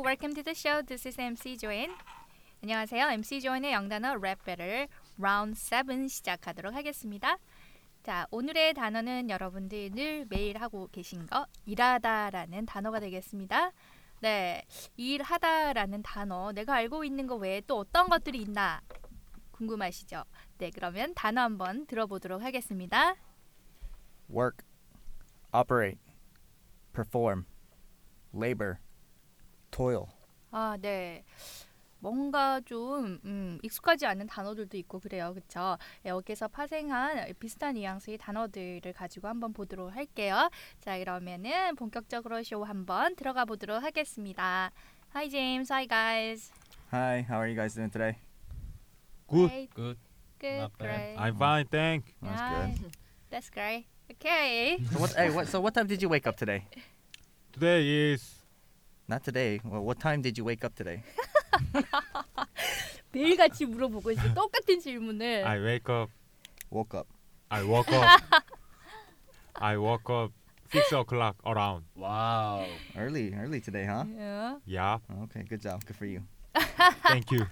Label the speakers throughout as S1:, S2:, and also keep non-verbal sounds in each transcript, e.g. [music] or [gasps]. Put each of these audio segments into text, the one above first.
S1: welcome to the show. This is MC Joanne. 안녕하세요. MC 조인의 영단어 랩 배틀 라운드 7 시작하도록 하겠습니다. 자, 오늘의 단어는 여러분들이 늘 매일 하고 계신 거 일하다라는 단어가 되겠습니다. 네, 일하다라는 단어 내가 알고 있는 거 외에 또 어떤 것들이 있나 궁금하시죠? 네, 그러면 단어 한번 들어보도록 하겠습니다.
S2: work, operate, perform, labor, toil.
S1: 아, 네. 뭔가 좀 음, 익숙하지 않은 단어들도 있고 그래요. 그렇죠? 여기서 파생한 비슷한 뉘앙스의 단어들을 가지고 한번 보도록 할게요. 자, 그러면은 본격적으로 쇼 한번 들어가 보도록 하겠습니다. Hi James, hi guys.
S2: Hi, how are you guys doing today?
S3: Good.
S1: Great,
S3: Good.
S1: good,
S3: Not bad.
S1: great.
S3: I'm fine, thank.
S2: That's
S1: Nice. That's great. Okay.
S2: So what, hey, what, so what time did you wake up today?
S3: Today is
S2: Not today. Well, what time did you wake up today?
S1: 매일같이 물어보고 있어. 똑같은 질문을.
S3: I wake up.
S2: Woke up.
S3: I woke
S1: [laughs]
S3: up. I woke up six o'clock around.
S4: Wow.
S2: Early, early today, huh?
S1: 예.
S3: Yeah.
S2: Okay, good job. Good for you.
S1: [laughs]
S3: Thank you.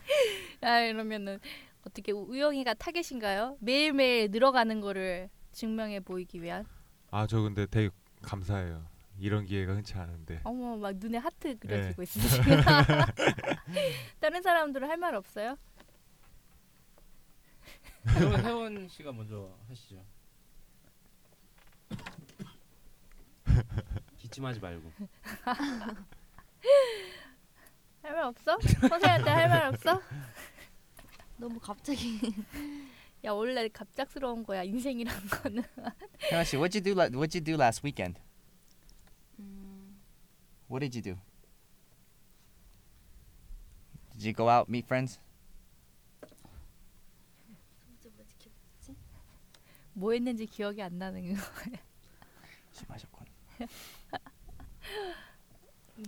S1: 아 이러면은 어떻게 우영이가 타겟인가요? 매일매일 늘어가는 거를 증명해 보이기 위한
S3: 아 저 근데 되게 감사해요. 이런 기회가 흔치 않은데.
S1: 어머 막 눈에 하트 그려지고 있으시구나 다른 사람들은 할 말 없어요?
S4: 그러면 혜원 씨가 먼저 하시죠. 기침하지 말고.
S1: 할 말 없어? 선생한테 할 말 없어?
S5: 너무 갑자기
S1: [laughs] 야 원래 갑작스러운 거야 인생이란 거는 [laughs]
S2: Hannah, what'd you do? La- what'd you do last weekend?
S5: 음,
S2: What did you do? Did you go out, meet friends?
S5: 뭐지, 뭐지, 기-
S1: 뭐 했는지 기억이 안 나는 거
S2: 술 마셨군.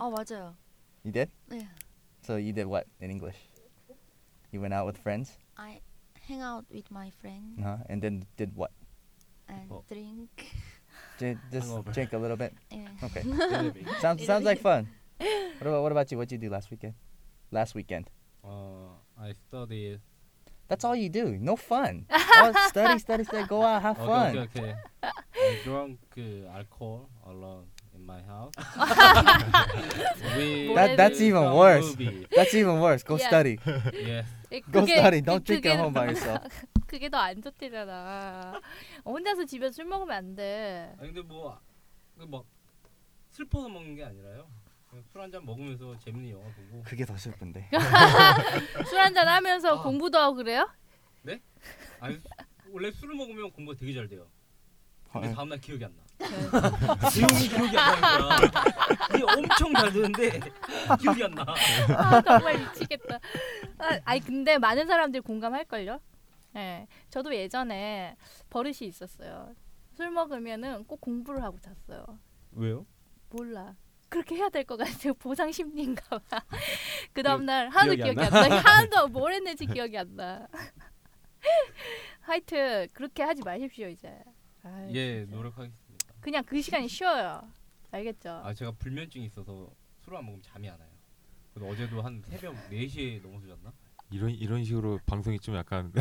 S5: 아 맞아요.
S2: You did?
S5: 네,
S2: So you did what in English? You went out with friends?
S5: I hang out with my friend
S2: Uh-huh. And then did what?
S5: and
S4: 어.
S5: drink.
S2: J- just
S4: Hungover.
S2: drink a little bit.
S5: 예.
S1: [laughs]
S2: Okay.
S4: 텔레비.
S2: Sounds sounds like fun. What about what about you? What'd you do last weekend? Last weekend.
S4: 어, I study.
S2: That's all you do. No
S1: [laughs]
S2: fun. Oh, study, study, study. Go out, have
S4: 오케이 어, 오케이
S2: fun.
S4: 오케이. I drunk 그 alcohol alone in my [laughs] house. We
S1: That-
S2: that's
S4: we
S2: even
S4: saw
S2: worse.
S4: movie.
S2: [laughs] That's even worse. Go
S1: Yeah.
S2: study.
S4: Yes.
S2: Go study. Don't drink at
S1: [laughs]
S2: home by yourself.
S1: 예, 그게 더 안 좋대잖아 어, 혼자서 집에서 술 먹으면 안돼
S4: 아 근데 뭐그막 슬퍼서 먹는 게 아니라요. 술 한 잔 먹으면서 재밌는 영화 보고
S2: 그게 더
S1: [laughs]
S2: 슬픈데.
S1: 술 한잔 하면서
S4: 아.
S1: 공부도 하고 그래요?
S4: 아니 원래 술을 먹으면 공부가 되게 잘 돼요.
S6: 아,
S4: 근데
S6: 예.
S2: 헐.
S4: 다음날 기억이 안 나.
S1: 네.
S4: [laughs] 내용이 기억이 안 나는 거야. 이게 엄청 잘 되는데 [laughs] 기억이 안 나.
S1: 아 정말 미치겠다. 아, 아니 근데 많은 사람들이 공감할걸요. 예, 저도 예전에 버릇이 있었어요. 술 먹으면은 꼭 공부를 하고 잤어요.
S4: 왜요?
S1: 몰라. 그렇게 해야 될 것 같아요. [laughs] 보상 심리인가 봐. [laughs] 그 다음날 하나도
S4: 기억이 안
S1: 기억이 안
S4: [laughs]
S1: 나. 하나도 뭘 했는지 기억이 안 나. [laughs] 하여튼 그렇게 하지 마십시오 이제. 아이,
S4: 예
S1: 진짜.
S4: 노력하겠습니다.
S1: 그냥 그 시간이 쉬어요. 알겠죠?
S4: 아 제가 불면증이 있어서 술을 안 먹으면 잠이 안 와요. 그래서 어제도 한 새벽 4시에 넘어서 잤나?
S3: 이런 이런 식으로 방송이 좀 약간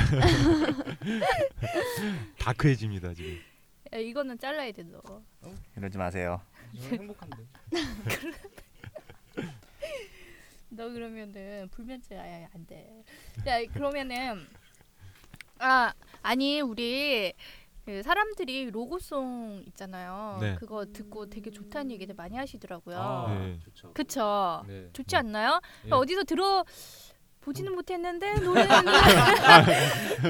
S3: [laughs] 다크해집니다 지금.
S1: 야, 예, 이거는 잘라야 돼 너.
S2: 이러지 마세요.
S4: 이건 행복한데.
S1: 너 그러면은 불면증 아예 안 돼. 자 그러면은 아 아니 우리 그 사람들이 로고송 있잖아요.
S3: 네.
S1: 그거 듣고 되게 좋다는 얘기들 많이 하시더라고요.
S4: 아
S3: 네.
S4: 좋죠.
S1: 그쵸?
S4: 네.
S1: 좋지 않나요?
S4: 예.
S1: 어디서 들어 보지는 못했는데 노래는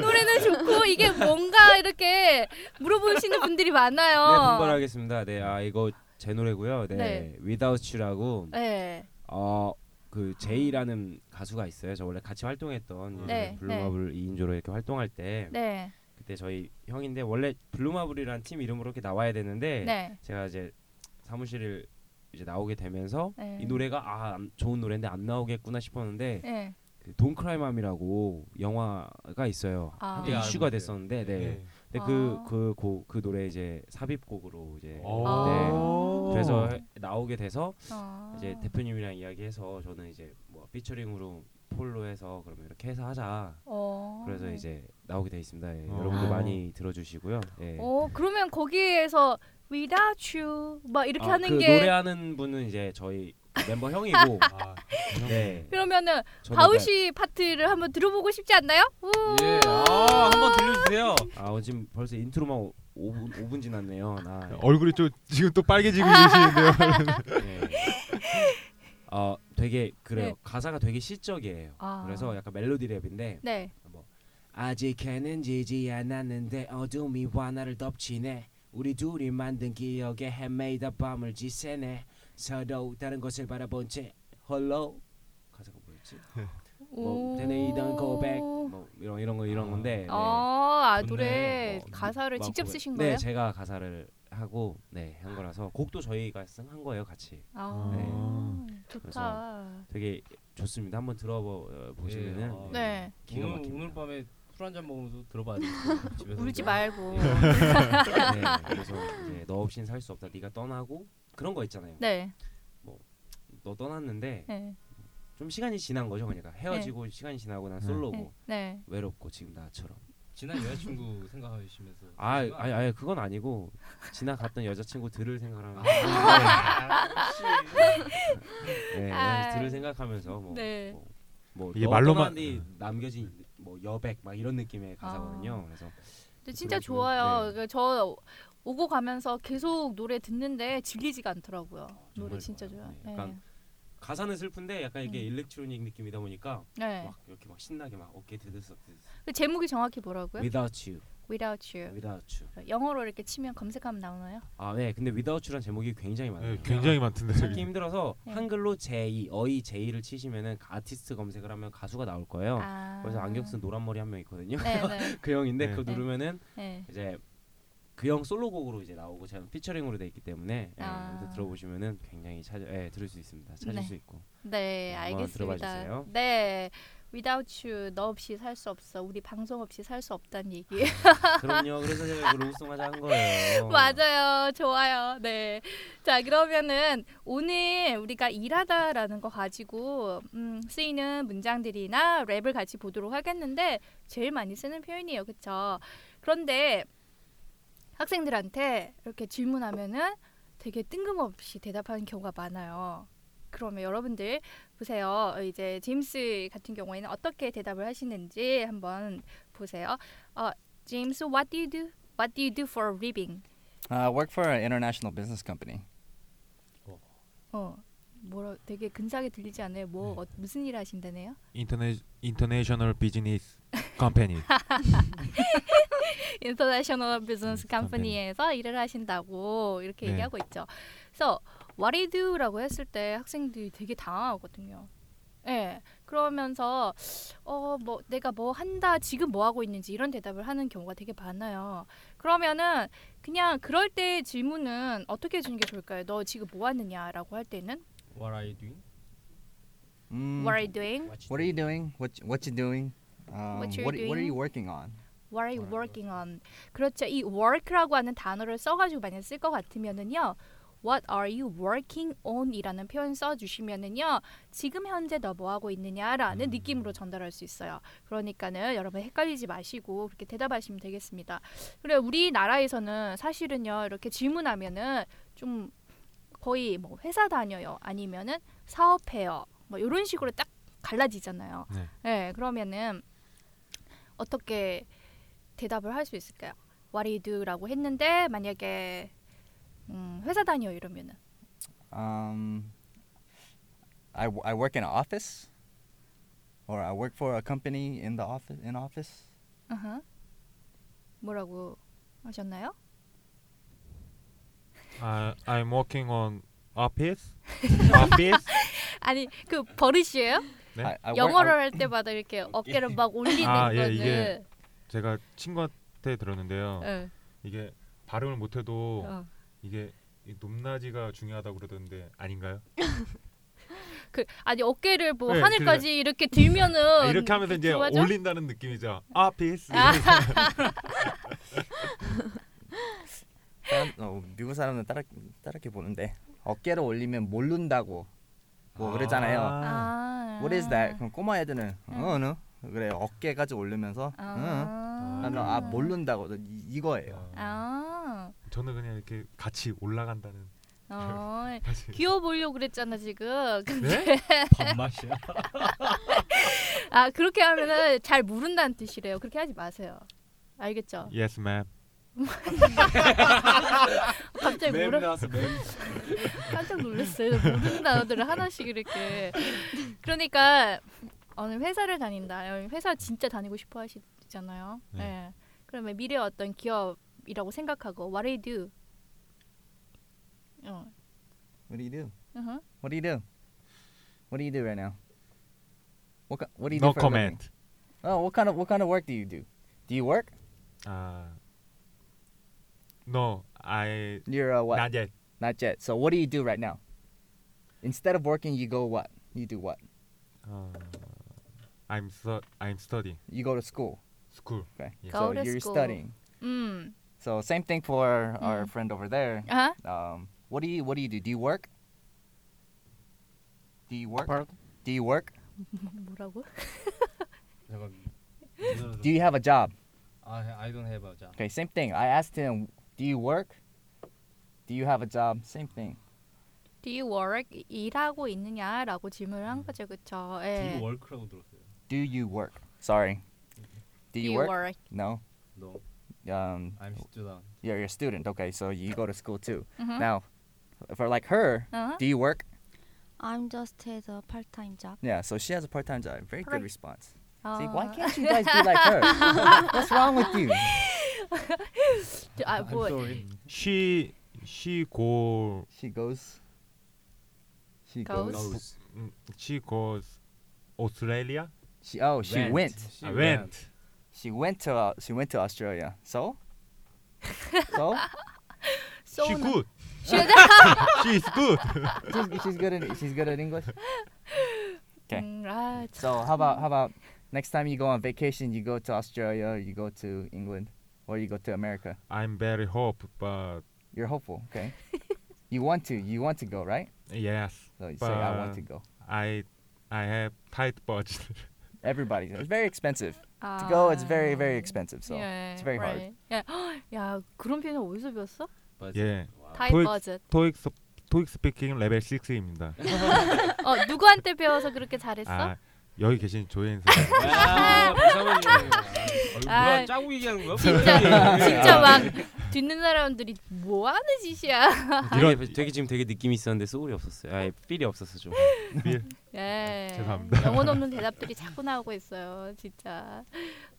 S1: 노래는 좋고 이게 뭔가 이렇게 물어보시는 분들이 많아요.
S6: 네, 분발하겠습니다. 네, 아 이거 제 노래고요. 네,
S1: 네.
S6: Without You라고
S1: 네.
S6: 어그 제이라는 가수가 있어요. 저 원래 같이 활동했던
S1: 네,
S6: 네, 블루마블 이 2인조로 이렇게 활동할 때
S1: 네.
S6: 그때 저희 형인데 원래 블루마블이란 팀 이름으로 이렇게 나와야 되는데
S1: 네.
S6: 제가 이제 사무실을 이제 나오게 되면서
S1: 네.
S6: 이 노래가 아 안- 좋은 노래인데 안 나오겠구나 싶었는데
S1: 네.
S6: 그 돈크라이맘이라고 영화가 있어요.
S1: 아.
S6: 한때
S7: 네.
S4: 예, 알고
S6: 이슈가
S4: 있어요.
S6: 됐었는데 네.
S3: 네.
S6: 근데 그
S1: 아.
S6: 그그곡그 노래 이제 삽입곡으로 이제
S3: 오.
S6: 아.
S1: 아.
S6: 네. 그래서 해-
S7: 나오게 돼서
S1: 어.
S7: 이제 대표님이랑 이야기해서 저는 이제 뭐 피처링으로 폴로 해서 그러면 이렇게 해서 하자.
S1: 어.
S7: 그래서 이제 나오게 돼 있습니다. 예,
S3: 어.
S7: 여러분도 많이 들어주시고요. 예.
S1: 어 그러면 거기에서 without you 막 이렇게
S7: 아,
S1: 하는
S7: 그
S1: 게
S7: 노래하는 분은 이제 저희 멤버 형이고
S3: 아,
S7: [laughs] 네.
S1: 그러면은
S7: 저는
S1: 바우
S7: 그러니까-
S1: 씨 파트를 한번 들어보고 싶지 않나요? 우.
S4: 예. 아, 한번 들려주세요.
S7: 아 어, 지금 벌써 인트로만 오- 5분 5분 지났네요. 나
S3: 얼굴이 좀 지금 또 빨개지고 [laughs] 계시는데요.
S7: 예. 어 되게 그래요.
S1: 네.
S7: 가사가 되게 시적이에요.
S1: 아.
S7: 그래서 약간 멜로디 랩인데
S1: 네.
S7: 뭐 아직해는 지지 않았는데 어둠이 화나를 덮치네. 우리 둘이 만든 기억에 헤매이다 밤을 지새네. 서로 다른 것을 바라본 채 홀로 가사가 뭐였지? 뭐
S1: 오.
S7: 되뇌이던 고백 뭐 이런 이런 거 이런 건데. 네.
S1: 아, 아
S4: 좋네.
S1: 노래
S7: 뭐,
S1: 가사를
S7: 막
S1: 직접
S7: 그-
S1: 쓰신
S7: 네,
S1: 거예요?
S7: 제가 가사를 하고 네, 한 거라서 곡도 저희가 쓴한 거예요, 같이.
S1: 아,
S7: 네.
S1: 좋다.
S7: 되게 좋습니다. 한번 들어보시면은
S4: 예, 아.
S1: 네.
S7: 기가
S4: 오늘,
S7: 막힙니다.
S4: 오늘 밤에 술 한잔 먹으면서 들어봐야 되겠어요. 집에서.
S1: 울지
S7: 예.
S1: 말고.
S7: 네, 그래서 이제 너 없인 살수 없다. 네가 떠나고 그런 거 있잖아요.
S1: [laughs] 네.
S7: 너 떠났는데
S1: 네.
S7: 좀 시간이 지난 거죠, 그러니까 헤어지고 시간이 지나고 난 솔로고
S1: 네. 네.
S7: 외롭고 지금 나처럼.
S3: 네.
S4: 지난 여자친구 [laughs] 생각하시면서.
S7: 아, 아니, 아니 그건 아니고 지나갔던 여자친구들을 생각하면,
S4: 아, 역시.
S7: 네,
S1: 아.
S7: 여자친구들을 생각하면서 뭐,
S1: 네.
S7: 뭐, 뭐
S3: 이게
S7: 너
S3: 말로만- 네.
S7: 떠난 뒤 남겨진 뭐 여백 막 이런 느낌의
S1: 아.
S7: 가사거든요. 그래서
S1: 근데 진짜
S7: 그리고-
S1: 좋아요.
S7: 네.
S1: 그러니까 저 오고 가면서 계속 노래 듣는데 질리지가 않더라고요.
S7: 정말
S1: 노래 진짜
S7: 좋아요.
S1: 좋아요.
S7: 네, 약간 가사는 슬픈데 약간 이게 일렉트로닉 느낌이다 보니까
S1: 네.
S7: 막 이렇게 막 신나게 막 어깨 들들썩 들들썩.
S1: 그 제목이 정확히 뭐라고요?
S7: Without you,
S1: Without You.
S7: without you.
S1: 영어로 이렇게 치면 검색하면 나오나요?
S7: 아 네, 근데 without you란 제목이 굉장히 많아요.
S3: 네, 굉장히 많던데.
S7: 찾기 힘들어서
S1: 네.
S7: 한글로 제이, 어이 제이를 치시면은 그 아티스트 검색을 하면 가수가 나올 거예요.
S1: 아.
S7: 그래서 어, 안경 쓴 노란 머리 한 명 있거든요. [laughs]
S1: 네, 네.
S7: 그 형인데
S3: 네.
S7: 그거
S1: 네.
S7: 누르면은
S1: 네.
S7: 이제 그 형 솔로곡으로 이제 나오고 제가 피처링으로 돼 있기 때문에 예,
S1: 아.
S7: 아무튼 들어보시면은 굉장히 찾아 예, 들을 수 있습니다. 찾을
S1: 네.
S7: 수 있고.
S1: 네,
S7: 한번 들어봐
S1: 알겠습니다.
S7: 주세요.
S1: 네. Without you 너 없이 살 수 없어. 우리 방송 없이 살 수 없다는 얘기.
S7: 그럼요. 그래서 제가 그 로우송 하자 한 거예요.
S1: [laughs] 맞아요. 좋아요. 네. 자, 그러면은 오늘 우리가 일하다라는 거 가지고 음, 쓰이는 문장들이나 랩을 같이 보도록 하겠는데 제일 많이 쓰는 표현이에요. 그렇죠? 그런데 학생들한테 이렇게 질문하면은 되게 뜬금없이 대답하는 경우가 많아요. 그러면 여러분들 보세요. 이제 제임스 같은 경우에는 어떻게 대답을 하시는지 한번 보세요. 어, 제임스 what do you do? What do you do for a living?
S2: I Uh, work for an international business company.
S1: 어 뭐라 되게 근사하게 들리지 않아요? 뭐 어, 무슨 일 하신다네요?
S3: 인터내 인터내셔널 비즈니스 컴퍼니.
S1: International Business
S3: 음, 컴퍼니.
S1: Company에서 일을 하신다고 이렇게
S3: 네.
S1: 얘기하고 있죠. 그래서 What do you do?라고 했을 때 학생들이 되게 당황하거든요. 예. 그러면서 어 뭐 내가 뭐 한다 지금 뭐 하고 있는지 이런 대답을 하는 경우가 되게 많아요. 그러면은 그냥 그럴 때 질문은 어떻게 해주는 게 좋을까요? 너 지금 뭐 하느냐라고 할 때는
S4: What are you doing?
S2: Mm,
S1: What are you doing?
S2: what are you doing? What what you doing? Um,
S1: What you're
S2: what, what are
S1: doing?
S2: you working on?
S1: What are you working on? 그렇죠. 이 work라고 하는 단어를 써가지고 만약 쓸 것 같으면은요. What are you working on?이라는 표현 써주시면은요. 지금 현재 너 뭐 하고 있느냐라는 느낌으로 전달할 수 있어요. 그러니까는 여러분 헷갈리지 마시고 그렇게 대답하시면 되겠습니다. 그래 우리나라에서는 사실은요 이렇게 질문하면은 좀 거의 뭐 회사 다녀요 아니면은 사업해요 뭐 이런 식으로 딱 갈라지잖아요.
S3: 네.
S1: 네, 그러면은 어떻게 대답을 할 수 있을까요? What do you do?라고 했는데 만약에 음, 회사 다녀 이러면은
S2: Um, I, w- I work in an office, or I work for a company in the office. In office,
S1: 아하. Uh-huh. 뭐라고 하셨나요?
S3: I 아, I'm working on
S1: [laughs]
S3: office. office.
S1: 아니 그 버릇이에요?
S3: 네?
S2: I, I
S1: 영어를
S2: Work,
S1: 할 때마다 이렇게 어깨를 막 올리는
S3: 아, 예,
S1: 거는
S3: 이게 제가 친구한테 들었는데요.
S1: 예,
S3: 이게 발음을 못 해도
S1: 어.
S3: 이게 이 높낮이가 중요하다고 그러던데 아닌가요?
S1: 그 아니 어깨를 뭐
S3: 네,
S1: 하늘까지 이렇게 들면은
S3: 아, 이렇게 하면서 이제
S1: 어, 그 좋아져?
S3: 올린다는 느낌이죠. office.
S1: 아,
S2: I, 사람 어, 미국 사람은 따라 따라게 보는데 어깨를 올리면 모른다고 뭐 그러잖아요.
S3: 아,
S1: 아.
S2: What is that? 그럼 꼬마 애들은 어느 그래 어깨까지 올리면서 응. 나는 아 모른다고 이- 이거예요.
S1: 아.
S3: 네. 저는 그냥 이렇게 같이 올라간다는
S1: 어.
S3: 사실.
S1: 귀여워 보려고 그랬잖아 지금.
S3: 네?
S4: 밥맛이야.
S1: [laughs] 아 그렇게 하면은 잘 모른다는 뜻이래요. 그렇게 하지 마세요. 알겠죠?
S4: 예.
S3: Yes, ma'am.
S1: 갑자기
S6: 맴
S1: 모르
S6: 나왔어 맴.
S1: [laughs] 깜짝 놀랐어요. 모르는 단어들을 하나씩 이렇게. 그러니까 오늘 회사를 다닌다. 회사 진짜 다니고 싶어 하시잖아요. 네.
S3: 네.
S1: 그러면 미래 어떤 기업이라고 생각하고 what do you do? 어. uh-huh.
S2: What do you do?
S1: 으흠.
S2: What do you do? What do you do right now? What ki- What do you do?
S3: No
S2: for a living?
S3: comment.
S2: Oh, what kind of what kind of work do you do? Do you work?
S3: 아, no, I
S2: You're uh, what?
S3: not yet.
S2: Not yet. So what do you do right now? Instead of working, you go what? You do what?
S3: 어, I'm stu I'm studying
S2: You go to school.
S3: school.
S2: Okay.
S3: Yeah.
S5: Go
S2: so
S5: to
S2: you're
S5: school. Mm-hmm.
S2: studying.
S1: 음.
S2: So same thing for our
S1: Mm.
S2: friend over there.
S1: 아?
S2: Um, what do you what do you do? Do you work? Do you work? Do you work?
S1: 뭐라고?
S4: 잠깐. 무슨-
S2: Do you have a job?
S4: 아, I don't have a job.
S2: Okay, same thing. I asked him, do you work? Do you have a job? Same thing.
S1: Do you work? 일하고 있느냐라고 질문을
S2: 음.
S1: 한 거죠. 그렇죠? 예.
S4: Do work라고 들었어요.
S2: Do you work? Sorry. Do you work? No.
S4: No,
S2: Um,
S4: I'm student.
S2: you're, you're a student. Okay, so you go to school too.
S1: Mhm.
S2: Now, for like her,
S1: Uh-huh.
S2: do you work?
S5: I'm just at a part-time job.
S2: Yeah, so she has a part time job. Very
S1: Right.
S2: good response.
S1: 아.
S2: See, why can't
S1: [laughs]
S2: you guys be like her? What's wrong with you?
S1: 아,
S4: I'm
S1: 뭐
S4: sorry.
S3: She she go
S2: She goes. She
S1: Goes?
S7: Oh,
S2: goes.
S4: Goes.
S3: 음, she goes Australia.
S2: She oh she went.
S4: She
S7: 아,
S3: I
S4: went.
S3: went.
S2: She went to uh, she went to Australia.
S1: [laughs]
S2: So. so
S3: She
S1: so
S3: good.
S1: [laughs] She-
S3: [laughs] She's good.
S2: she's, she's good at she's good at English. Okay.
S1: 음, 아, 참.
S2: So how about how about next time you go on vacation, you go to Australia, or you go to England, or you go to America.
S3: I'm very hope, but
S2: You're hopeful, okay?
S1: [laughs]
S2: you want to, you want to go, right?
S3: yes,
S2: So you say I want
S3: But-
S2: to go.
S3: I I have tight budget.
S2: Everybody, it's very expensive. To go,
S1: Uh,
S2: it's very very expensive. So
S1: 아. 예,
S2: it's very hard.
S1: right. 예. 헉, 야, [gasps] 그런 표현 어디서 배웠어?
S4: But
S3: yeah.
S1: 타이
S3: 토익-
S1: 버젯.
S3: 토익 스- 토익 스피킹 레벨 6입니다.
S1: 어, 누구한테 배워서 그렇게 잘했어?
S3: 아 여기 계신
S1: [laughs]
S3: 조혜인 선생님.
S4: 아, 부사관님.
S1: 아.
S4: 아, 뭐야 짜고 얘기하는 거야?
S1: 진짜 진짜 막 듣는 사람들이 뭐 하는 짓이야.
S7: 되게, 아, 되게 지금 되게 느낌이 있었는데 소울이 없었어요. 아예 필이 없었어 좀.
S1: 예.
S3: 네, 죄송합니다.
S1: 영혼 없는 대답들이 자꾸 나오고 있어요. 진짜.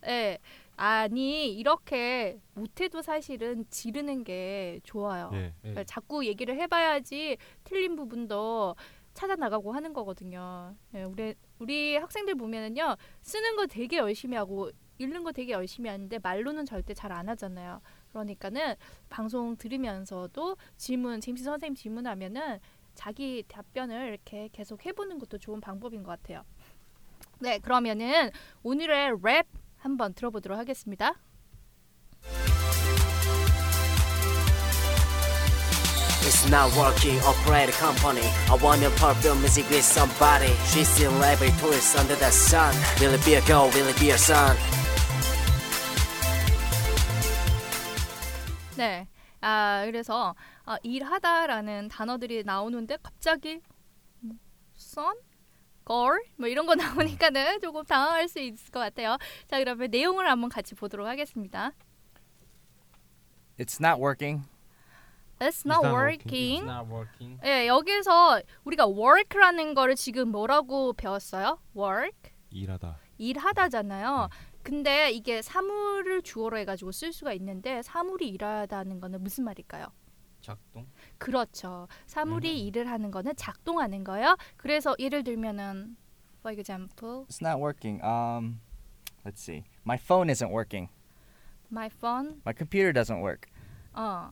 S1: 예. 아니, 이렇게 못 해도 사실은 지르는 게 좋아요.
S3: 예.
S4: 예.
S1: 그러니까 자꾸 얘기를 해봐야지 틀린 부분도 찾아 나가고 하는 거거든요. 예, 우리 우리 학생들 보면은요 쓰는 거 되게 열심히 하고 읽는 거 되게 열심히 하는데 말로는 절대 잘 안 하잖아요. 그러니까는 방송 들으면서도 질문 잼씨 선생님 질문하면은 자기 답변을 이렇게 계속 해보는 것도 좋은 방법인 것 같아요. 네 그러면은 오늘의 랩 한번 들어보도록 하겠습니다.
S8: It's not working, operate a company. I wanna perform music with somebody. She's still every tourist under the sun. Will it be a girl? Will it be a son?
S1: 네. 아, 그래서 아, 일하다라는 단어들이 나오는데 갑자기 뭐, son, girl 뭐 이런 거 나오니까는 조금 당황할 수 있을 것 같아요. 자, 그러면 내용을 한번 같이 보도록 하겠습니다.
S2: It's not working.
S1: It's not
S3: not
S4: It's
S1: working.
S4: not working.
S1: 예, 여기서 우리가 work라는 거를 지금 뭐라고 배웠어요? work
S3: 일하다.
S1: 일하다잖아요. 근데 이게 사물을 주어로 해가지고 쓸 수가 있는데 사물이 일하다는 거는 무슨 말일까요?
S4: 작동. 음.
S1: 그렇죠. 사물이 일을 하는 거는 작동하는 거예요. 그래서 예를 들면은 for example,
S2: It's not working. Um, let's see. My phone isn't working.
S1: my phone,
S2: My computer doesn't work.
S1: 어,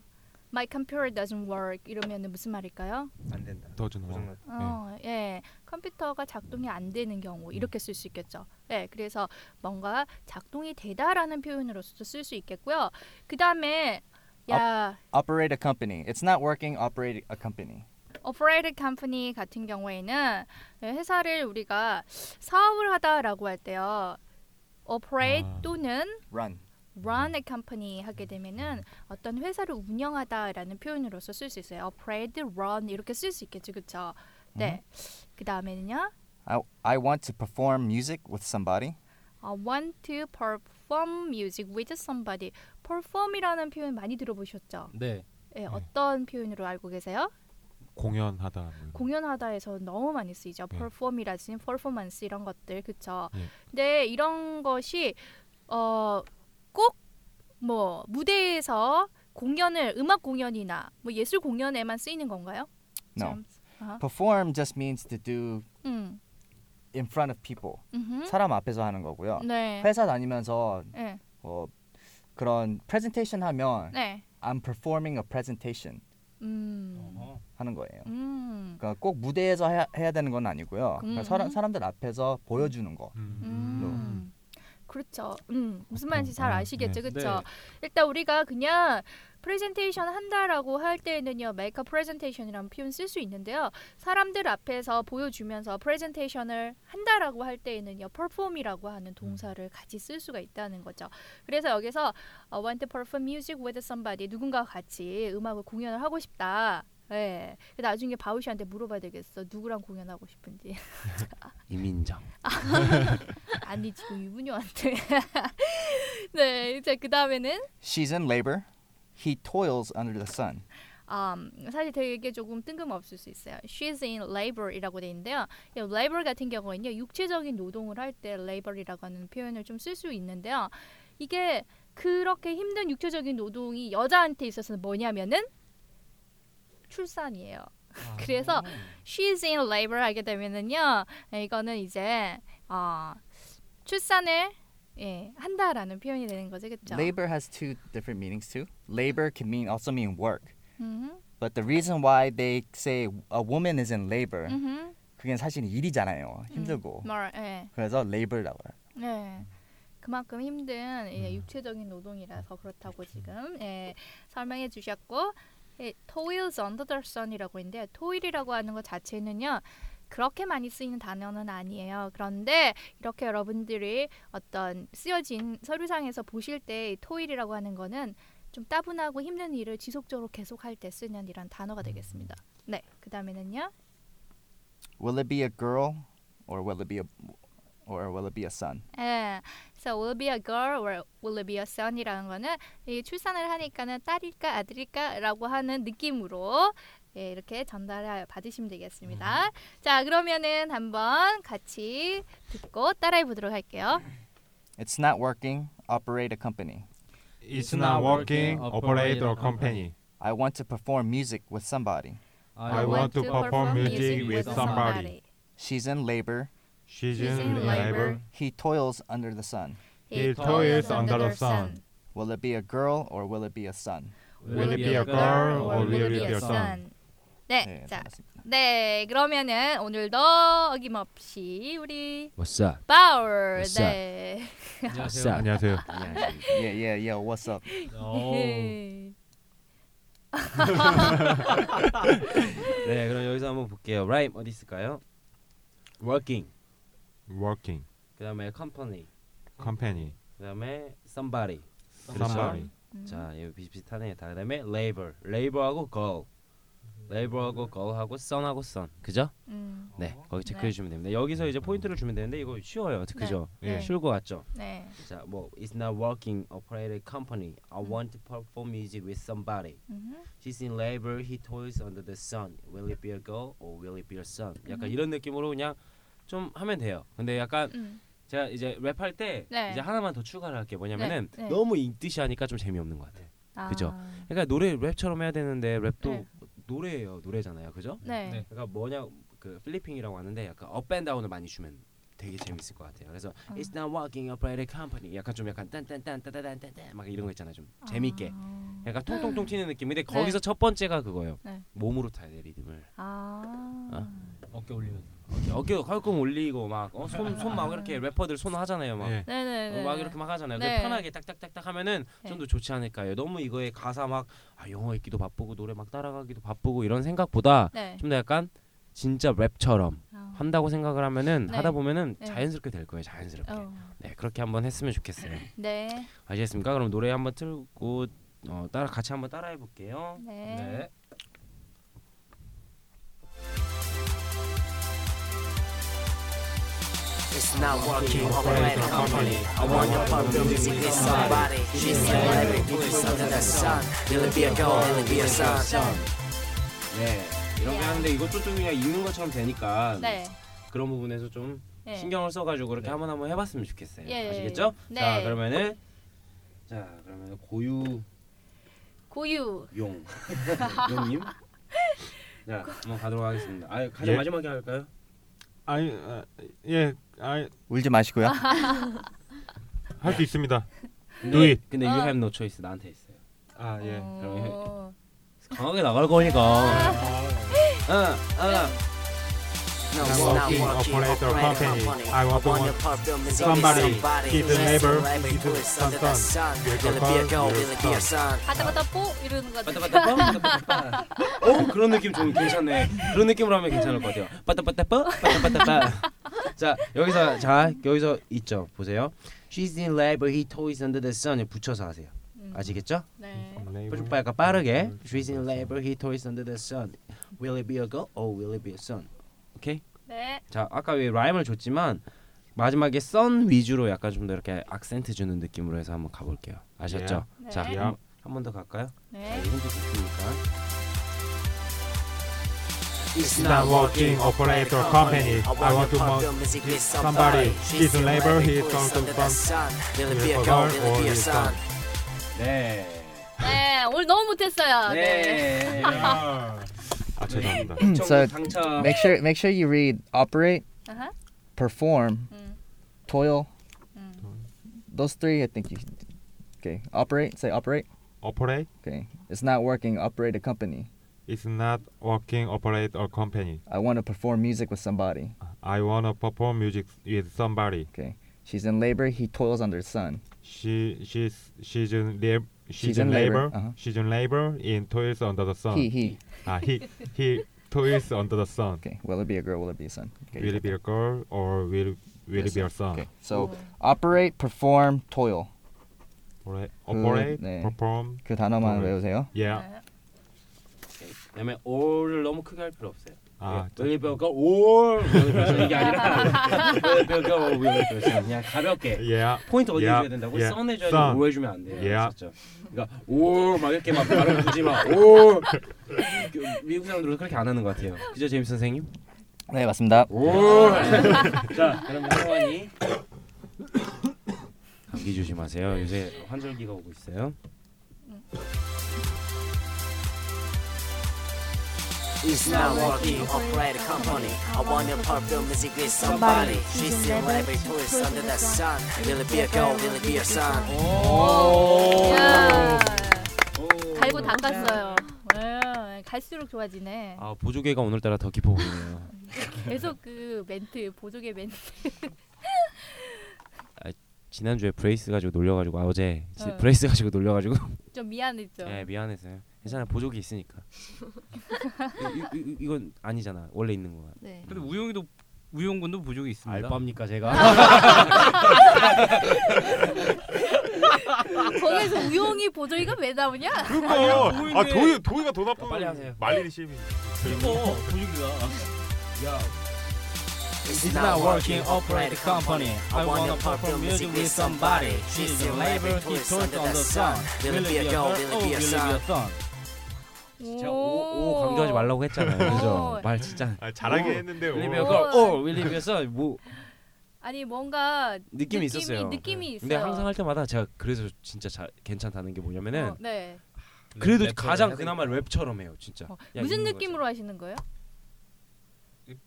S1: my computer doesn't work 이러면은 무슨 말일까요?
S4: 안 된다.
S3: 도전 원.
S1: 어,
S4: 네.
S1: 예, 컴퓨터가 작동이 안 되는 경우
S4: 음.
S1: 이렇게 쓸 수 있겠죠. 예, 그래서 뭔가 작동이 되다라는 표현으로서도 쓸 수 있겠고요. 그 다음에 야,
S2: Operate a company. It's not working. Operate a company.
S1: 오퍼레이트 컴퍼니 같은 경우에는 회사를 우리가 사업을 하다라고 할 때요. 오퍼레이트
S3: 아.
S1: 또는
S2: Run.
S1: run a company 하게 되면은 어떤 회사를 운영하다라는 표현으로서 쓸 수 있어요. operate, run 이렇게 쓸 수 있겠죠, 그렇죠? 네. 그 다음에는요.
S2: I I want to perform music with somebody.
S1: I 어, want to perform music with somebody. perform이라는 표현 많이 들어보셨죠?
S4: 네.
S1: 예, 어떤 표현으로 알고 계세요?
S3: 공연하다. 뭐 이런.
S1: 공연하다에서 너무 많이 쓰이죠.
S3: 네.
S1: perform이라든지 performance 이런 것들, 그렇죠?
S4: 네.
S3: 예.
S1: 근데 이런 것이 어 꼭 뭐 무대에서 공연을 음악 공연이나 뭐 예술 공연에만 쓰이는 건가요?
S2: No.
S1: 참, 아하.
S2: Perform just means to do
S1: 음,
S2: in front of people.
S1: 음흠.
S2: 사람 앞에서 하는 거고요.
S1: Hmm? 네,
S2: 회사 다니면서
S1: 네,
S2: 어, 그런 presentation 하면
S1: 네,
S2: I'm performing a presentation
S1: 음,
S4: 어허.
S2: 하는 거예요.
S1: 음,
S2: 그러니까 꼭 무대에서 해야, 해야 되는 건 아니고요.
S1: 음.
S2: 그러니까 사람, 사람들 앞에서 보여주는 거.
S1: 음. 그렇죠. 음, 무슨 말인지 잘
S3: 아,
S1: 아시겠죠,
S4: 네.
S1: 그렇죠? 일단 우리가 그냥 프레젠테이션 한다라고 할 때는요, make a presentation이라는 표현 쓸 수 있는데요. 사람들 앞에서 보여주면서 프레젠테이션을 한다라고 할 때에는요, perform이라고 하는 동사를 같이 쓸 수가 있다는 거죠. 그래서 여기서 I want to perform music with somebody 누군가와 같이 음악을 공연을 하고 싶다. 예. 네. 나중에 바우 씨한테 물어봐야 되겠어. 누구랑 공연하고 싶은지.
S6: [laughs] 이민정.
S1: [laughs] 아니 지금 유부녀한테. [laughs] 네, 이제 그 다음에는
S2: She's in labor. He toils under the sun.
S1: 음, 사실 되게 조금 뜬금없을 수 있어요. She's in labor이라고 돼 있는데요. 이 labor 같은 경우에는요, 육체적인 노동을 할 때 labor이라고 하는 표현을 좀 쓸 수 있는데요. 이게 그렇게 힘든 육체적인 노동이 여자한테 있어서는 뭐냐면은 출산이에요.
S2: 아.
S1: 그래서 she's in labor 하게 되면은요 이거는 이제 어, 출산을 예, 한다라는 표현이 되는 거죠, 그렇죠?
S2: Labor has two different meanings too. Labor can mean also mean work. But the reason why they say a woman is in labor, 그게 사실 일이잖아요. 그러니까 힘들고.
S1: 뭐, 음. 예,
S2: 그래서 labor라고 해요.
S1: 예. 그만큼 힘든 예, 육체적인 노동이라서 그렇다고 지금 예, 설명해 주셨고 예, toils under the sun이라고 했는데 toil이라고 하는 것 자체는요 그렇게 많이 쓰이는 단어는 아니에요. 그런데 이렇게 여러분들이 어떤 쓰여진 서류상에서 보실 때이 토일이라고 하는 거는 좀 따분하고 힘든 일을 지속적으로 계속할 때 쓰는 이런 단어가 되겠습니다. 네, 그 다음에는요.
S2: Will it be a girl or will it be a or will it be a son?
S1: 예, so will be a girl or will be a son이라는 거는 이 출산을 하니까는 딸일까 아들일까라고 하는 느낌으로 예, 이렇게 전달 받으시면 되겠습니다.
S3: 음.
S1: 자, 그러면은 한번 같이 듣고 따라해 보도록 할게요.
S2: It's not working. Operate a company.
S3: It's not working. Operate a company.
S2: I want to perform music with somebody.
S4: 아,
S3: I want to perform music with somebody.
S2: She's in labor.
S3: She's
S1: She's in
S3: in labor.
S2: He toils under the sun.
S3: He toils under the sun.
S2: Will it be a girl or will it be a son?
S3: Will it be a girl or will it be a son?
S1: 네,
S2: 네,
S1: 자,
S2: 반갑습니다.
S1: 네, 그러면은 오늘도 어김없이 우리
S6: What's up?
S1: 바울,
S6: 됐어.
S1: 네.
S6: What's up?
S3: 안녕하세요.
S2: yeah, yeah, yeah. What's up?
S7: 어. 네, 그럼 여기서 한번 볼게요. 라임 어디 있을까요? working.
S3: Working
S7: 그다음에 company.
S3: company.
S7: 그다음에 somebody.
S3: Somebody.
S7: 자, 이거 비슷비슷하네. 다 그다음에 labor. labor하고 girl. labor하고 girl하고 son하고 son. 그죠?
S1: [laughs] 음,
S7: 네, 거기
S1: 네.
S7: 체크해 주면 됩니다. 여기서 이제 포인트를 주면 되는데 이거 쉬워요. 그죠? 예,
S1: 네.
S7: 쉬울 것 같죠?
S1: 네.
S7: 자, 뭐 it's not working. operated company. I want to perform music with somebody.
S1: 음,
S7: She's in labor, he toils under the sun. Will it be a girl or will it be a son? 약간 이런 느낌으로 그냥 좀 하면 돼요. 근데 약간
S1: 음.
S7: 제가 이제 랩할 때
S1: 네.
S7: 이제 하나만 더 추가를 할게 뭐냐면은
S1: 네, 네.
S7: 너무 인뜻이 하니까 좀 재미없는 것 같아요.
S1: 아,
S7: 그죠? 그러니까 노래 랩처럼 해야 되는데 랩도
S1: 네.
S7: 노래예요, 노래잖아요, 그죠?
S1: 네.
S4: 네.
S7: 그러니까 뭐냐 그 필리핑이라고 하는데 약간 업앤다운을 많이 주면 되게 재밌을 것 같아요. 그래서 It's not working, operated company. 약간 좀 약간 딴딴딴따다단딴딴 막 이런 거 있잖아요, 좀 재밌게.
S1: 아.
S7: 약간 통통통 튀는 느낌인데 거기서 첫 번째가 그거예요.
S1: 네.
S7: 몸으로 타야 돼 리듬을.
S1: 아.
S7: 어?
S4: 어깨 올리면
S7: 어깨 깔끔 올리고 막손손막 이렇게 래퍼들 손 하잖아요 막.
S3: 예.
S1: 아. 네네네.
S7: 어, 막 이렇게 막 하잖아요.
S1: 네.
S7: 그 편하게 딱딱딱딱 하면은 좀 더 좋지 않을까요? 너무 이거에 가사 막 아, 영어 읽기도 바쁘고 노래 막 따라가기도 바쁘고 이런 생각보다
S1: 네.
S7: 좀 더 약간 진짜 랩처럼
S1: 어.
S7: 한다고 생각을 하면은
S1: 네.
S7: 하다 보면은
S1: 네.
S7: 자연스럽게 될 거예요. 자연스럽게.
S1: 어.
S7: 네 그렇게 한번 했으면 좋겠어요.
S1: 네.
S7: 아시겠습니까? 그럼 노래 한번 틀고 어, 따라 같이 한번 따라해 볼게요.
S1: 네.
S4: 네.
S8: [laughs] It's not working, operate a company. I want your perfect music with somebody. She's celebrity, tourist under the sun. Will it be a girl? Will it be a son?
S7: 네 이렇게
S1: 네.
S7: 하는데 이것도 좀 그냥 읽는 것처럼 되니까
S1: 네.
S7: 그런 부분에서 좀
S1: 네.
S7: 신경을 써가지고 그렇게
S4: 네.
S7: 한번 한번 해봤으면 좋겠어요.
S1: 예, 예,
S7: 아시겠죠?
S1: 예.
S7: 자
S1: 네.
S7: 그러면은 자 그러면
S1: [laughs]
S7: 고유용
S1: 고유.
S7: 용님 자 한번 가도록 하겠습니다. 아 가장
S3: 예.
S7: 마지막에 할까요?
S3: 아니 아, 예, 아니
S2: 울지 마시고요.
S8: [laughs]
S3: 할 수 있습니다.
S7: 근데,
S3: Do it.
S7: 근데
S1: 어.
S7: you have no choice 나한테 있어요.
S3: 아 예.
S7: 그럼
S1: 어. 아.
S7: 강하게 나갈 거니까. 어. 응응
S8: No,
S3: I'm
S8: it's not
S3: working,
S8: working,
S3: operator
S8: operate a
S3: company.
S8: company.
S3: I want
S8: want your
S3: someone-
S8: perfect music with
S3: somebody,
S8: somebody.
S3: give the
S8: She's
S3: neighbor,
S8: celebrity,
S3: give the
S8: tourist under the sun.
S3: son. Will it be a
S8: Will it be a girl? Will it be
S3: girl?
S8: a son?
S1: 바다바다 뽀 이러는 거 같아.
S7: 빠따빠따빠 빠따빠따빠 어 그런 느낌 좀 괜찮네 그런 느낌으로 하면 괜찮을 것 같아요 빠따빠따빠 빠따빠따빠 자 여기서 자 여기서 있죠 보세요 She's in love he toys under the sun에 붙여서 하세요
S1: 음.
S7: 아시겠죠?
S1: 네.
S7: 좀 빠르게 빠르게
S3: 음,
S7: She's in love he toys under the sun Will it be a girl or will it be a sun 오케이
S1: 네.
S7: 자 아까 왜 라임을 줬지만 마지막에 sun 위주로 약간 좀 더 이렇게 악센트 주는 느낌으로 해서 한번 가볼게요 아셨죠?
S1: 네.
S7: 자
S1: 네.
S7: 한 번 더 갈까요? 자,
S1: 네.
S7: 이건 또 좋으니까
S8: It's
S3: not working, operator company. I want to mo-
S8: music
S3: give somebody. She's in labor, he comes to fun.
S8: sun. Will it be
S3: Will
S8: a
S3: it
S8: girl?
S3: be a
S8: Will it be a
S3: girl?
S8: son?
S7: 네.
S1: 네. 오늘 너무 못했어요. 네.
S7: 네.
S3: 아 죄송합니다.
S7: 청
S2: So,
S7: 당첨.
S2: Make sure make sure you read operate,
S1: 아하.
S2: perform,
S1: 음.
S2: toil.
S1: 음.
S2: Those three, I think you. should- Okay, operate. Say operate.
S3: Operate
S2: Okay, it's not working. Operate a company.
S3: is not working. Operate a company.
S2: I want to perform music with somebody.
S3: I wanna perform music with somebody.
S2: Okay, she's in labor. He toils under the sun.
S3: She she's she's in lab, she's,
S2: She's
S3: in
S2: in labor,
S3: labor.
S2: uh-huh.
S3: She's in labor in toils under the sun.
S2: He he.
S3: Ah, he he toils under the sun.
S2: Okay, will it be a girl? Will it be a son? Okay,
S3: Will it be a girl or will will it be a son?
S2: Okay, so operate, perform, toil.
S3: Operate, operate
S2: 네.
S3: perform.
S2: 그 단어만
S3: Toil.
S2: 외우세요.
S3: Yeah.
S7: 그다음에 all을 너무 크게 할 필요 없어요.
S3: 아,
S7: will be a girl or will it be a son 이게 아니라 will be a girl or will it be a son 그냥 가볍게
S3: Yeah.
S7: 포인트 어디
S3: Yeah.
S7: 예. 줘야 된다고?
S3: Yeah.
S7: sun 해줘야
S3: Sun.
S7: 되고 or 해주면 안 돼요.
S3: Yeah.
S7: 아셨죠? 그러니까 or 막 이렇게 막 발음 굳이 막 or 미국 사람들은 그렇게 안 하는 것 같아요. 그죠 제임스 선생님?
S2: 네 맞습니다.
S7: 올. [laughs] 자, 그럼 성환이 감기 조심하세요. 요새 환절기가 오고 있어요.
S8: It's not working, operate a company. I want your perfect music with somebody. She's in labor, tourist under the sun. Will it be a girl? Will it be a son?
S1: 야.
S7: 오.
S1: 갈고 닦았어요. 네. 갈수록 좋아지네.
S7: 아 보조개가 오늘따라 더
S1: [laughs]
S7: 깊어 보이네요.
S1: 계속 그 멘트 보조개 멘트. [laughs]
S7: 지난주에 브레이스 가지고 놀려가지고 아, 어제 지-
S1: 어.
S7: 브레이스 가지고 놀려가지고
S1: 좀 미안했죠.
S7: 예 미안해서요. 괜찮아 보조개 있으니까.
S1: [laughs]
S7: 이, 이, 이, 이건 아니잖아 원래 있는 거야.
S5: 네.
S4: 근데 우영이도 우영군도 보조개 있습니다. 아,
S7: 알바입니까 제가?
S1: 거기서 우영이 보조개가 왜 나오냐?
S3: 그거
S4: 아니야,
S3: 아
S4: 도일이-
S3: 도희 도희가 더 나쁜
S7: 빨리 하세요.
S3: 말리는 시민.
S4: 이거 보조개가
S8: It's not working, operate a company. I wanna perform music with somebody. She's in labor, he turns on the sun. Will it be a girl?
S4: Oh,
S8: Will it be a son?
S7: 진짜 오오 강조하지 말라고 했잖아요.
S1: 오.
S7: 그죠? 말 진짜.
S3: 아, 잘하게
S7: 오.
S3: 했는데.
S7: 윌리
S3: 오.
S7: 비어 걸. 오 윌리 비어서 뭐
S1: 아니 뭔가 느낌이-
S7: 느낌이 있었어요. 네.
S1: 느낌이 있어요.
S7: 근데 항상 할 때마다 제가 그래서 진짜 잘 괜찮다는 게 뭐냐면은
S1: 어, 네.
S7: 그래도
S4: 랩처럼
S7: 가장
S4: 해야
S7: 그나마 랩처럼 해요, 진짜.
S1: 어,
S7: 야,
S1: 무슨
S7: 있는
S1: 느낌으로 하시는 거예요?
S4: 되니까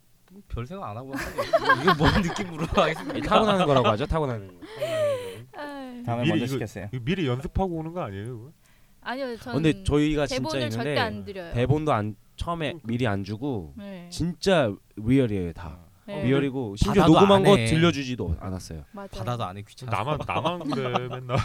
S4: 별 생각 안 하고 아, 하는
S7: 거죠. 이거 뭔 느낌으로 하겠습니까? 이 타고나는 거라고 하죠, 타고나는 거.
S1: 아유,
S2: 다음에
S3: 미리
S2: 먼저
S3: 이거-
S2: 시켰어요.
S3: 이거 미리 연습하고 오는 거 아니에요? 이거?
S1: 아니요, 저는
S7: 근데 저희가 진짜
S1: 대본을 절대
S7: 있는데
S1: 안 드려요.
S7: 대본도 안 처음에 미리 안 주고
S1: 그러니까. 네.
S7: 진짜 리얼이에요 다.
S1: 네.
S7: 리얼이고 심지어
S4: 받아도
S7: 녹음한
S4: 안
S7: 거
S4: 해.
S7: 들려주지도 않았어요.
S1: 맞아요.
S4: 받아도 안해 귀찮아.
S3: 나만 나만 그래 맨날.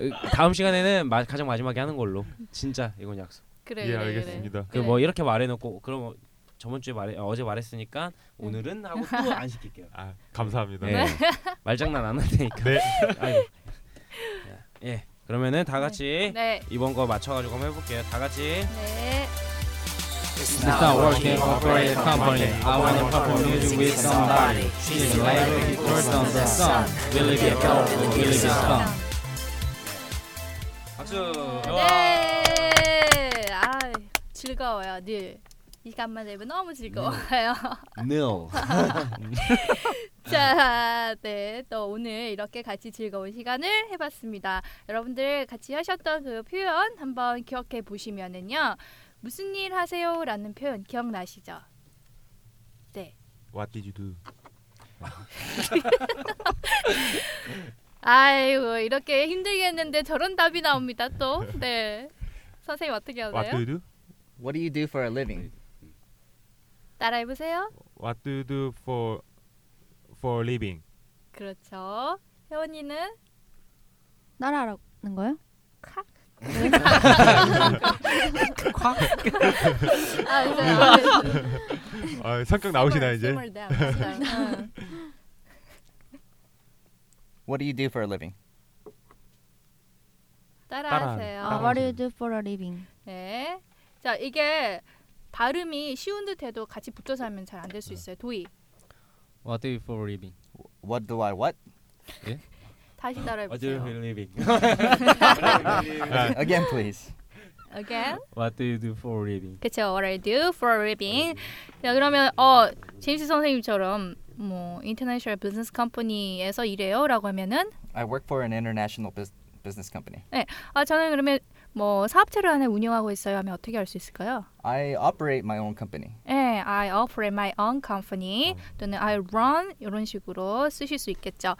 S7: 으, 다음 시간에는 마, 가장 마지막에
S1: [laughs]
S7: 하는 걸로. 진짜 이건 약속.
S1: 그래,
S3: 예
S1: 그래,
S3: 알겠습니다.
S7: 그 뭐 이렇게 말해놓고 그럼 어, 저번 주에 말해 어, 어제 말했으니까
S1: 음.
S7: 오늘은 하고 또 안 시킬게요.
S3: 아 감사합니다.
S7: 네. 말장난 안 할 테니까.
S3: 네.
S7: [laughs] 아이고. 예. 그러면은 다 같이
S1: 그래. 네.
S7: 이번 거 맞춰가지고 한번 해볼게요. 다 같이.
S1: 네.
S8: It's
S9: not working for a company.
S7: 아,
S9: I want to perform music with somebody. She's a labor who works on the sun. Will it be a gold or will it be stone?
S7: 박수.
S1: 네. 아, 즐거워요. 늘. 이 간만 되면 너무 즐거워요. [laughs]
S7: 늘. 음.
S1: 자, 네. 또 오늘 이렇게 같이 즐거운 시간을 해봤습니다. 여러분들 같이 하셨던 그 표현 한번 기억해 보시면은요. 무슨 일 하세요? 라는 표현 기억나시죠?
S3: What did you do?
S1: 아이고, 이렇게 힘들게 했는데 저런 답이 나옵니다, 또. 네. 선생님 어떻게
S3: What do
S1: 하세요?
S3: you do?
S2: What do you do for a living?
S1: 따라해보세요.
S3: What do you do for for living?
S1: 그렇죠. 혜원이는
S5: 나라라는 거요?
S1: 칵.
S4: 콱.
S1: 아, [laughs] 이제
S3: 아 성격
S1: 어,
S3: 나오시나 이제?
S1: [laughs]
S2: What do you do for a living?
S1: 따라하세요.
S5: 아, what do you do for a living?
S1: 네. 자, 이게 발음이 쉬운 듯해도 같이 붙어서 하면 잘 안 될 수 있어요. 도희.
S9: What do you for a living?
S2: What do I what?
S1: 다시
S7: What do you
S1: 따라해보세요. 네.
S7: believe in?
S2: Again, please.
S1: [laughs] Again.
S9: What do you do for a living?
S1: 그쵸. What I do for a living. 자, 그러면 어 제임스 선생님처럼 뭐 인터내셔널 비즈니스 컴퍼니에서 일해요라고 하면은
S2: I work for an international bus- business company.
S1: 아 저는 그러면 뭐 사업체를 하나 운영하고 있어요 하면 어떻게 할 수 있을까요?
S2: I operate my own company.
S1: 네, I operate my own company 또는 I run 이런 식으로 쓰실 수 있겠죠.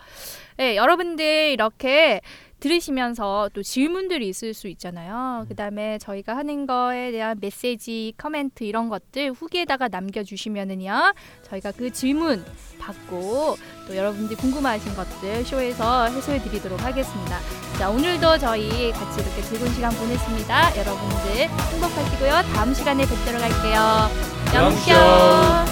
S1: 네, 여러분들 이렇게 들으시면서 또 질문들이 있을 수 있잖아요. 그다음에 저희가 하는 거에 대한 메시지, 커멘트 이런 것들 후기에다가 남겨주시면은요, 저희가 그 질문 받고 또 여러분들이 궁금하신 것들 쇼에서 해소해드리도록 하겠습니다. 자, 오늘도 저희 같이 이렇게 즐거운 시간 보냈습니다. 여러분들 행복하시고요. 다음 시간에 뵙도록 할게요. 영쇼.